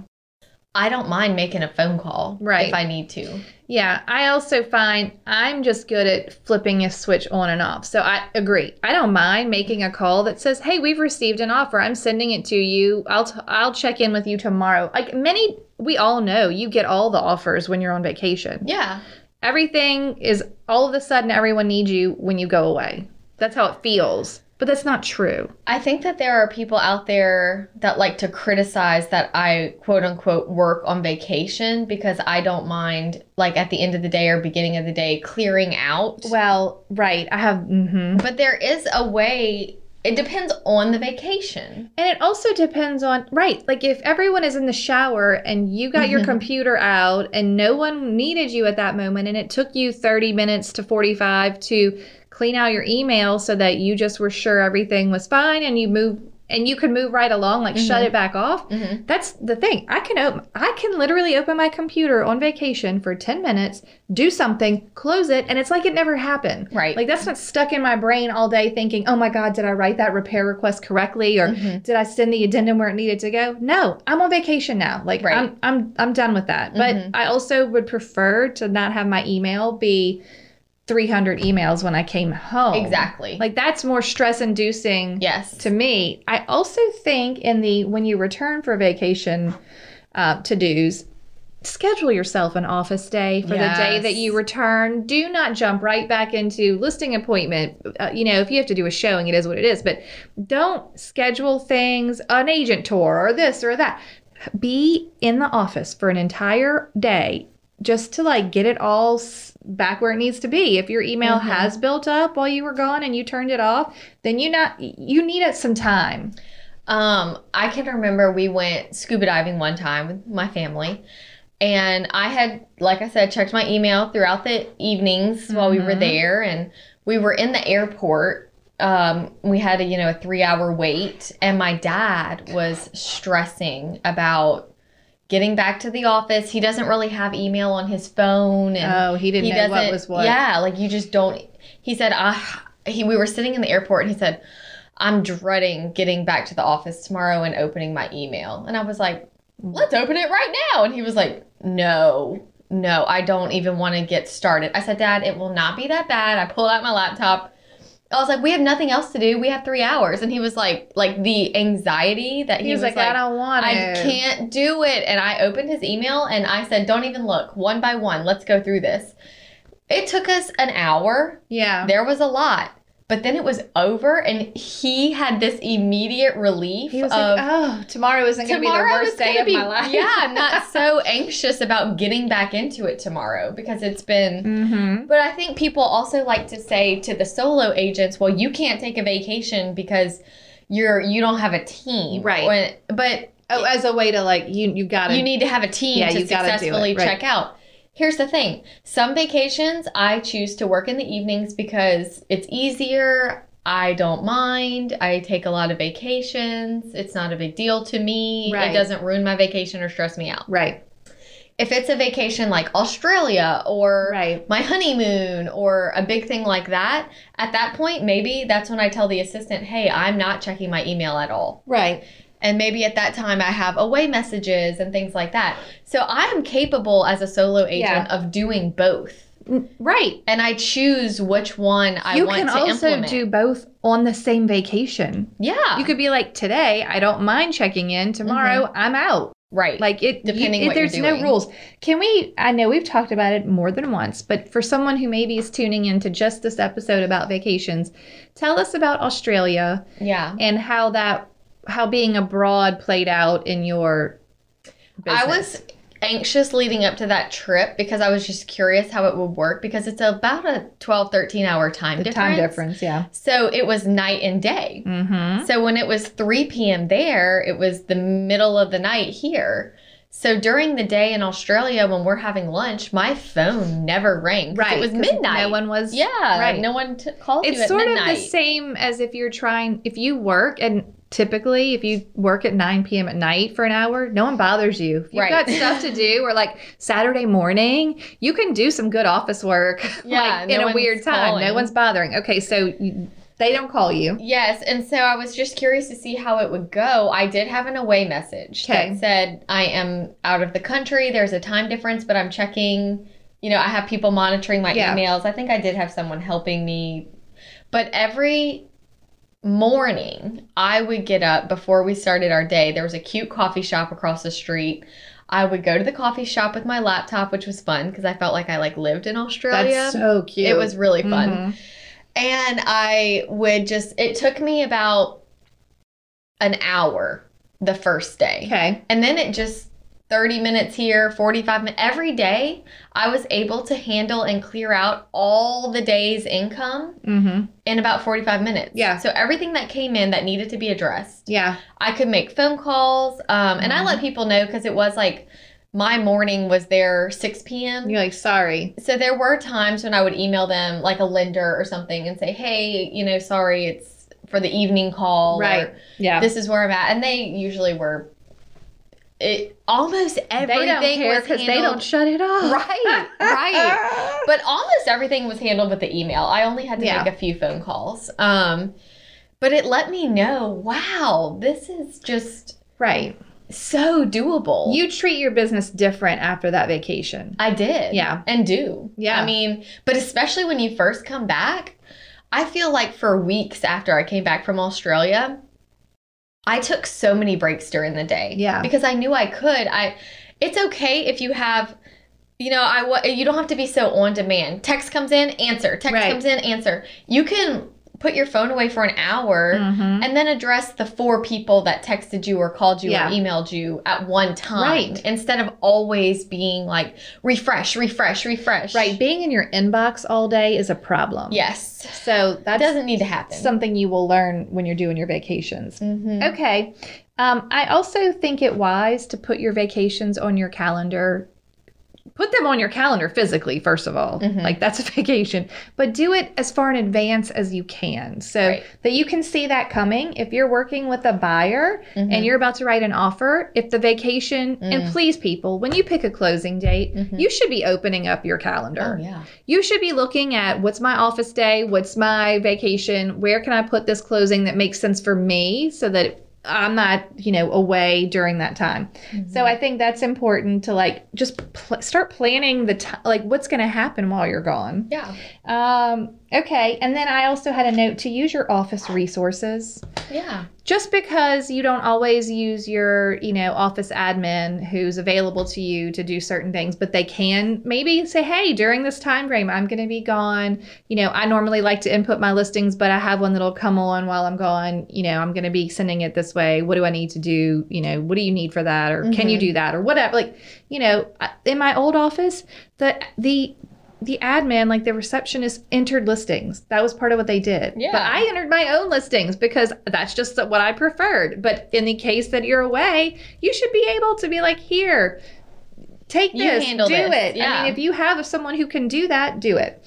E: I don't mind making a phone call
F: Right.
E: if I need to.
F: Yeah. I also find I'm just good at flipping a switch on and off. So I agree. I don't mind making a call that says, "Hey, we've received an offer. I'm sending it to you. I'll t- I'll check in with you tomorrow." Like many we all know, you get all the offers when you're on vacation.
E: Yeah.
F: Everything is all of a sudden everyone needs you when you go away. That's how it feels. but that's not true.
E: I think that there are people out there that like to criticize that I quote unquote work on vacation because I don't mind, like at the end of the day or beginning of the day, clearing out.
F: Well, right. I have, mhm.
E: But there is a way, it depends on the vacation.
F: and it also depends on, right. Like if everyone is in the shower and you got your computer out and no one needed you at that moment and it took you 30 minutes to 45 to clean out your email so that you just were sure everything was fine and you move and you could move right along, like shut it back off.
E: Mhm.
F: That's the thing. I can open I can literally open my computer on vacation for 10 minutes, do something, close it, and it's like it never happened.
E: Right.
F: Like that's not stuck in my brain all day thinking, "Oh my god, did I write that repair request correctly or
E: Mhm.
F: did I send the addendum where it needed to go?" No, I'm on vacation now. Like
E: Right.
F: I'm I'm I'm done with that.
E: Mhm.
F: But I also would prefer to not have my email be 300 emails when I came home.
E: Exactly.
F: Like that's more stress inducing
E: yes.
F: to me. I also think in the when you return for vacation uh, to dos, schedule yourself an office day for the day that
E: Yes.
F: you return. Do not jump right back into listing appointment. Uh, you know, if you have to do a showing, it is what it is. But don't schedule things an agent tour or this or that. Be in the office for an entire day just to like get it all s- back where it needs to be. If your email
E: Mm-hmm.
F: has built up while you were gone and you turned it off, then you not you need it some time.
E: Um, I can remember we went scuba diving one time with my family, and I had, like I said, checked my email throughout the evenings while we were there, and we were in the airport. Um, we had a you know a three hour wait, and my dad was stressing about getting back to the office. He doesn't really have email on his phone, and
F: Oh, he didn't know what
E: doesn't-
F: was what.
E: Yeah, like you just don't. He said, "Ah." He we were sitting in the airport, and he said, "I'm dreading getting back to the office tomorrow and opening my email." And I was like, "Let's open it right now." And he was like, "No." No, I don't even want to get started. I said, Dad, it will not be that bad. I pulled out my laptop. I was like, we have nothing else to do. We have three hours. And he was like, like the anxiety that he,
F: He was like, I don't want
E: I
F: it.
E: can't do it. And I opened his email and I said, Don't even look, one by one, let's go through this. It took us an hour.
F: Yeah.
E: There was a lot, but then it was over and he had this immediate relief
F: He was
E: of.
F: like, oh, tomorrow isn't going to be the
E: "Ah, Tomorrow is
F: worst day
E: gonna
F: of
E: be
F: my life.
E: yeah. I'm not so anxious about getting back into it tomorrow because it's been
F: Mm-hmm.
E: but I think people also like to say to the solo agents, well, you can't take a vacation because you're you don't have a team.
F: Right.
E: When- but
F: Oh, as a way to like, you you got
E: you
F: to.
E: need to have a team
F: Yeah,
E: to
F: you gotta do it,
E: successfully
F: right.
E: check out. Here's the thing. Some vacations I choose to work in the evenings because it's easier. I don't mind. I take a lot of vacations. It's not a big deal to me.
F: Right.
E: It doesn't ruin my vacation or stress me out.
F: Right.
E: If it's a vacation like Australia or
F: Right.
E: my honeymoon or a big thing like that, at that point, maybe that's when I tell the assistant, hey, I'm not checking my email at all.
F: Right.
E: And maybe at that time, I have away messages and things like that. So I am capable as a solo agent of doing both.
F: Right.
E: And I choose which one I
F: you
E: want
F: can
E: to
F: also
E: implement.
F: do both on the same vacation.
E: yeah.
F: You could be like, today I don't mind checking in. Tomorrow I'm out.
E: right.
F: Like it
E: Mm-hmm. Depending
F: you-
E: what you're
F: there's
E: doing.
F: no rules. Can we? I know we've talked about it more than once, but for someone who maybe is tuning into just this episode about vacations, tell us about Australia
E: yeah.
F: and how that how being abroad played out in your. Business.
E: I was anxious leading up to that trip because I was just curious how it would work because it's about a 12, 13 hour time difference.
F: time difference. Yeah.
E: So it was night and day.
F: Mm-hmm.
E: So when it was 3 p.m. there, it was the middle of the night here. So during the day in Australia, when we're having lunch, my phone never rang. 'cause It was midnight.
F: No one was.
E: yeah.
F: Right.
E: No one t- called you
F: It's
E: at
F: sort
E: midnight.
F: of the same as if you're trying. If you work and typically if you work at 9 p.m at night for an hour no one bothers you if you've
E: Right.
F: got stuff to do or like saturday morning you can do some good office work
E: Yeah,
F: like
E: no
F: in a
E: one's
F: weird time
E: calling.
F: no one's bothering okay so you, they don't call you
E: Yes, and so I was just curious to see how it would go. I did have an away message
F: Okay.
E: that said I am out of the country. There's a time difference, but I'm checking. You know, I have people monitoring my
F: Yeah.
E: emails. I think I did have someone helping me, but every morning I would get up before we started our day. There was a cute coffee shop across the street. I would go to the coffee shop with my laptop, which was fun because I felt like I like lived in Australia.
F: that's so cute
E: it was really fun.
F: Mhm.
E: And I would just, it took me about an hour the first day.
D: Okay.
E: And then it just 30 minutes here, 45 minutes. Every day, I was able to handle and clear out all the day's income
D: Mm-hmm.
E: in about 45 minutes.
D: Yeah.
E: So everything that came in that needed to be addressed,
D: Yeah.
E: I could make phone calls. Um, and I
D: Mhm.
E: let people know because it was like my morning was their 6 p.m.
D: You're like, sorry.
E: So there were times when I would email them like a lender or something and say, hey, you know, sorry, it's for the evening call.
D: Right.
E: Or,
D: Yeah.
E: this is where I'm at. And they usually were. It almost everything
D: they don't care
E: was
D: because
E: handled.
D: they don't shut it off.
E: right, right. But almost everything was handled with the email. I only had to
D: Yeah.
E: make a few phone calls. Um, but it let me know, wow, this is just
D: Right.
E: so doable.
D: You treat your business different after that vacation.
E: I did.
D: Yeah.
E: And do.
D: Yeah.
E: I mean, but especially when you first come back, I feel like for weeks after I came back from Australia, I took so many breaks during the day.
D: Yeah.
E: Because I knew I could. I it's okay if you have you know, I wa- you don't have to be so on demand. Text comes in, answer. Text
D: Right.
E: comes in, answer. You can put your phone away for an hour
D: Mhm.
E: and then address the four people that texted you or called you
D: Yeah.
E: or emailed you at one time
D: Right.
E: instead of always being like refresh refresh refresh
D: Right. Being in your inbox all day is a problem.
E: yes
D: So
E: that
D: that's
E: doesn't need to happen
D: something you will learn when you're doing your vacations.
E: Mhm.
D: Okay. Um, I also think it wise to put your vacations on your calendar. Put them on your calendar physically, first of all.
E: Mhm.
D: Like that's a vacation, but do it as far in advance as you can so
E: Right.
D: that you can see that coming. If you're working with a buyer
E: Mhm.
D: and you're about to write an offer, if the vacation, and
E: Mm.
D: please, people, when you pick a closing date,
E: Mhm.
D: you should be opening up your calendar
E: oh yeah
D: you should be looking at what's my office day, what's my vacation, where can I put this closing that makes sense for me so that I'm not, you know, away during that time.
E: Mm-hmm.
D: So I think that's important to like just pl- start planning the t- like what's going to happen while you're gone.
E: yeah
D: Um okay, and then I also had a note to use your office resources
E: yeah
D: just because you don't always use your you know office admin who's available to you to do certain things but they can maybe say hey during this time frame i'm going to be gone you know i normally like to input my listings but i have one that'll come on while i'm gone you know i'm going to be sending it this way what do i need to do you know what do you need for that or can you
F: Mm-hmm.
E: Mhm.
D: do that or whatever like you know I- in my old office the the the admin, like the receptionist, entered listings. That was part of what they did.
E: Yeah.
D: But I entered my own listings because that's just what I preferred. But in the case that you're away, you should be able to be like, here, take
E: You
D: this,
E: handle
D: do
E: this.
D: it. I
E: Yeah.
D: mean, if you have someone who can do that, do it.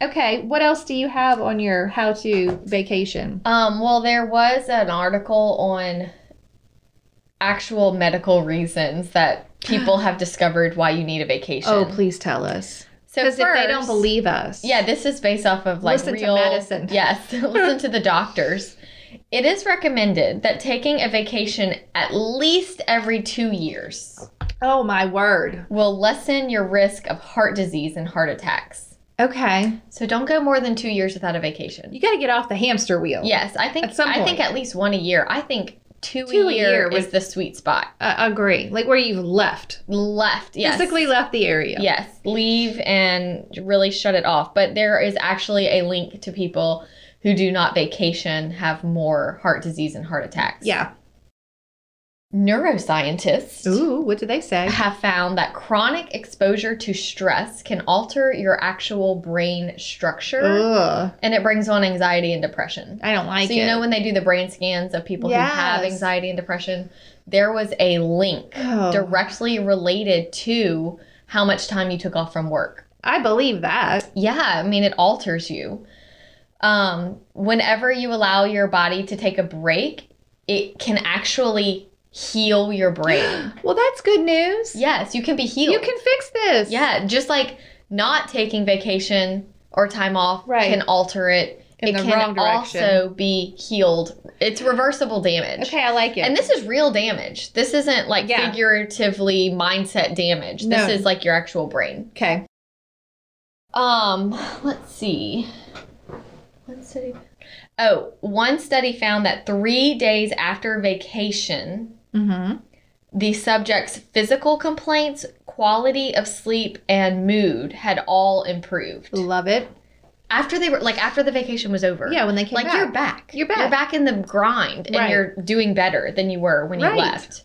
D: Okay, what else do you have on your how to vacation?
E: um well there was an article on actual medical reasons that people have discovered why you need a vacation
D: Oh, please tell us.
E: so
D: Because if they don't
E: first-
D: believe us.
E: Yeah, this is based off of like
D: Listen to
E: real
D: medicine.
E: Yes, listen to the doctors. It is recommended that taking a vacation at least every two years
D: Oh, my word.
E: will lessen your risk of heart disease and heart attacks.
D: Okay.
E: So don't go more than two years without a vacation.
D: You got to get off the hamster wheel.
E: Yes, I think
D: At some
E: I think
D: point.
E: at least one a year. I think two,
D: Two
E: a
D: a
E: year,
D: year
E: is
D: was-
E: the sweet spot.
D: I agree. Like where you've left.
E: Left, yes.
D: physically left the area.
E: Yes, leave and really shut it off. But there is actually a link to people who do not vacation have more heart disease and heart attacks.
D: Yeah.
E: Neuroscientists
D: Ooh, what do they say?
E: have found that chronic exposure to stress can alter your actual brain structure
D: Ugh,
E: and it brings on anxiety and depression.
D: I don't like
E: so,
D: it.
E: you know, when they do the brain scans of people who have
D: Yes.
E: anxiety and depression, there was a link
D: Oh.
E: directly related to how much time you took off from work.
D: I believe that.
E: yeah i mean it alters you um whenever you allow your body to take a break it can actually heal your brain
D: Well, that's good news.
E: yes you can be healed
D: You can fix this.
E: yeah just like not taking vacation or time off
D: Right.
E: can alter it
D: In
E: it
D: the
E: can
D: wrong direction.
E: also be healed it's reversible damage
D: Okay, I like it.
E: and this is real damage this isn't like
D: Yeah.
E: figuratively mindset damage this
D: No.
E: is like your actual brain
D: okay.
E: Um, let's see. One study. Oh, one study found that three days after vacation,
D: Mm-hmm.
E: the subject's physical complaints, quality of sleep, and mood had all improved.
D: Love it.
E: after they were like after the vacation was over.
F: Yeah, when they came
E: like
F: back.
E: you're back.
F: You're back.
E: You're back in the grind and
F: Right.
E: you're doing better than you were when
F: Right.
E: you left.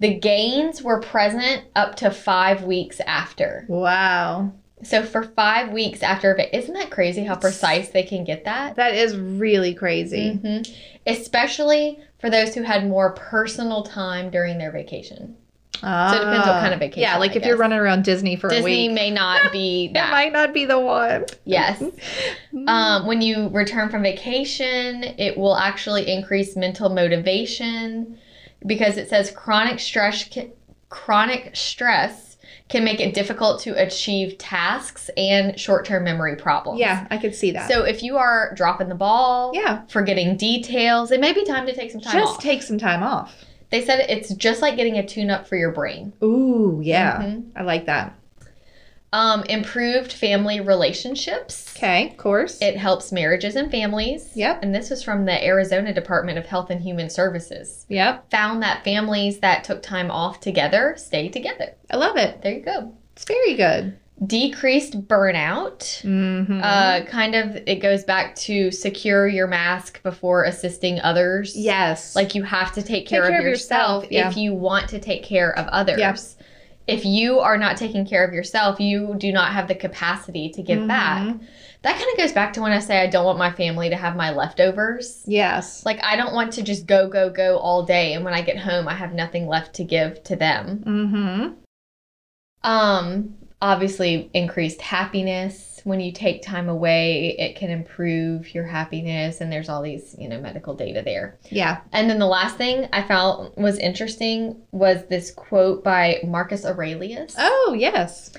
E: The gains were present up to five weeks after.
F: Wow.
E: So for five weeks after, va- isn't that crazy how precise they can get that?
F: That is really crazy.
E: Mhm. Especially for those who had more personal time during their vacation.
F: Ah.
E: depends what kind of vacation,
F: Yeah, like
E: I
F: if you're
E: guess.
F: running around Disney for
E: Disney
F: a week.
E: may not be
F: That
E: that.
F: might not be the one.
E: Yes.
F: Mm-hmm.
E: Um, when you return from vacation, it will actually increase mental motivation because it says chronic stress can, chronic stress can make it difficult to achieve tasks and short-term memory problems.
F: Yeah, I could see that.
E: So if you are dropping the ball,
F: yeah,
E: forgetting details, it may be time to take some time
F: just
E: off.
F: take some time off.
E: they said it's just like getting a tune-up for your brain.
F: Ooh, yeah.
E: Mhm.
F: I like that.
E: Um, improved family relationships.
F: Okay, of course.
E: It helps marriages and families.
F: Yep.
E: And this was from the Arizona Department of Health and Human Services.
F: yep.
E: Found that families that took time off together stay together.
F: I love it.
E: There you go.
F: It's very good.
E: Decreased burnout.
F: Mm-hmm.
E: Uh, kind of, it goes back to secure your mask before assisting others.
F: yes.
E: Like you have to take care, of, yourself,
F: yeah.
E: if you want to take care of others. If you are not taking care of yourself, you do not have the capacity to give back. That kind of goes back to when I say I don't want my family to have my leftovers.
F: yes.
E: Like I don't want to just go go go all day and when I get home I have nothing left to give to them.
F: Mm-hmm.
E: Um obviously increased happiness when you take time away, it can improve your happiness and there's all these, you know, medical data there.
F: Yeah.
E: And then the last thing I found was interesting was this quote by Marcus Aurelius.
F: Oh yes.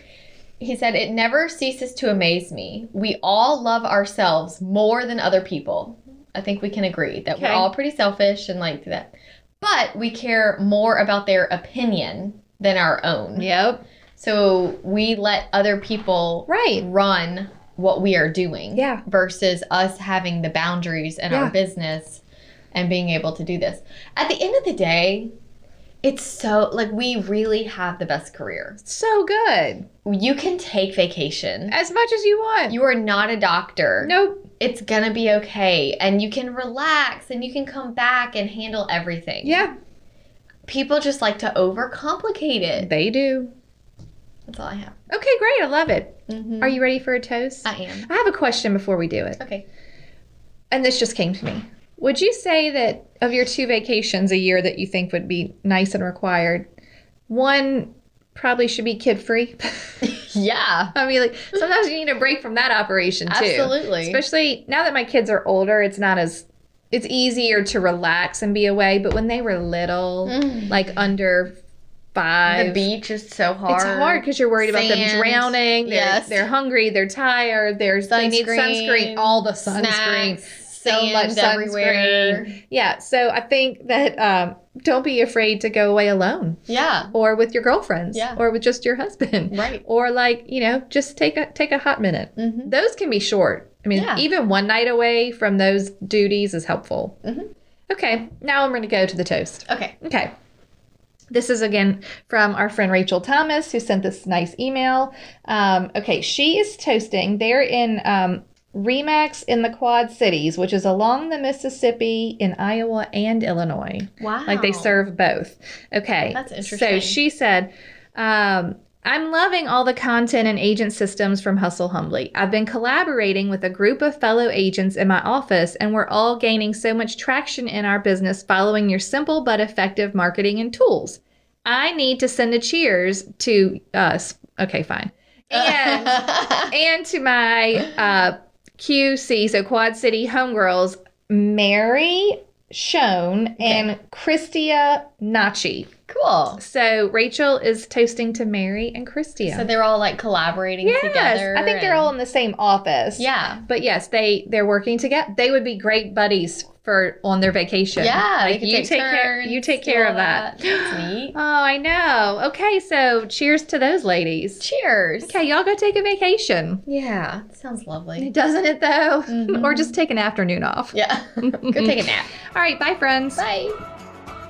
E: He said, It never ceases to amaze me. We all love ourselves more than other people. I think we can agree that we're
F: Okay.
E: all pretty selfish and like that. But we care more about their opinion than our own.
F: Yep.
E: So we let other people
F: Right.
E: run what we are doing
F: Yeah.
E: versus us having the boundaries in
F: Yeah.
E: our business and being able to do this. At the end of the day, it's so like we really have the best career.
F: So good.
E: You can take vacation.
F: As much as you want.
E: You are not a doctor.
F: nope.
E: It's gonna be okay. And you can relax and you can come back and handle everything.
F: Yeah.
E: People just like to overcomplicate it.
F: They do.
E: That's all I have.
F: Okay, great. I love it.
E: Mhm.
F: Are you ready for a toast?
E: I am.
F: I have a question before we do it.
E: Okay.
F: and this just came to me. Would you say that of your two vacations a year that you think would be nice and required, one probably should be kid free?
E: Yeah.
F: I mean, like sometimes you need a break from that operation too.
E: Absolutely.
F: Especially now that my kids are older, it's not as it's easier to relax and be away. But when they were little,
E: Mm.
F: like under
E: the
F: five,
E: beach is so hard.
F: it's hard because you're worried about them
E: Sand.
F: drowning. They're,
E: Yes.
F: they're hungry. They're tired. There's they need sunscreen.
E: Sunscreen,
F: All the sunscreen.
E: Snacks,
F: so much
E: sand everywhere.
F: Yeah, so I think that um, don't be afraid to go away alone
E: Yeah.
F: or with your girlfriends
E: Yeah.
F: or with just your husband.
E: Right.
F: Or like, you know, just take a take a hot minute.
E: Mhm.
F: Those can be short. I mean,
E: Yeah.
F: even one night away from those duties is helpful.
E: Mhm.
F: Okay, now I'm going to go to the toast.
E: Okay.
F: Okay. This is again from our friend Rachel Thomas, who sent this nice email. Um, okay, she is toasting. They're in um, Remax in the Quad Cities, which is along the Mississippi in Iowa and Illinois.
E: Wow.
F: Like they serve both. Okay.
E: That's
F: So
E: interesting.
F: she said, um, I'm loving all the content and agent systems from Hustle Humbly. I've been collaborating with a group of fellow agents in my office, and we're all gaining so much traction in our business following your simple but effective marketing and tools. I need to send a cheers to us. Okay, fine. And and to my uh, QC, so Quad City homegirls, Mary Shone and Christia Nachi.
E: cool.
F: So Rachel is toasting to Mary and Christia.
E: So they're all like collaborating
F: yes,
E: together.
F: I think they're
E: and-
F: all in the same office.
E: Yeah.
F: but yes, they they're working together. They would be great buddies for on their vacation.
E: Yeah.
F: like
E: could
F: you take, care.
E: turns,
F: You take
E: do
F: care
E: all
F: of that.
E: That's neat.
F: Oh, I know. Okay, so cheers to those ladies.
E: Cheers.
F: Okay, y'all go take a vacation.
E: Yeah. Sounds lovely.
F: Doesn't it though?
E: Mhm.
F: or just take an afternoon off.
E: Yeah. Go take a nap.
F: All right, bye, friends.
E: Bye.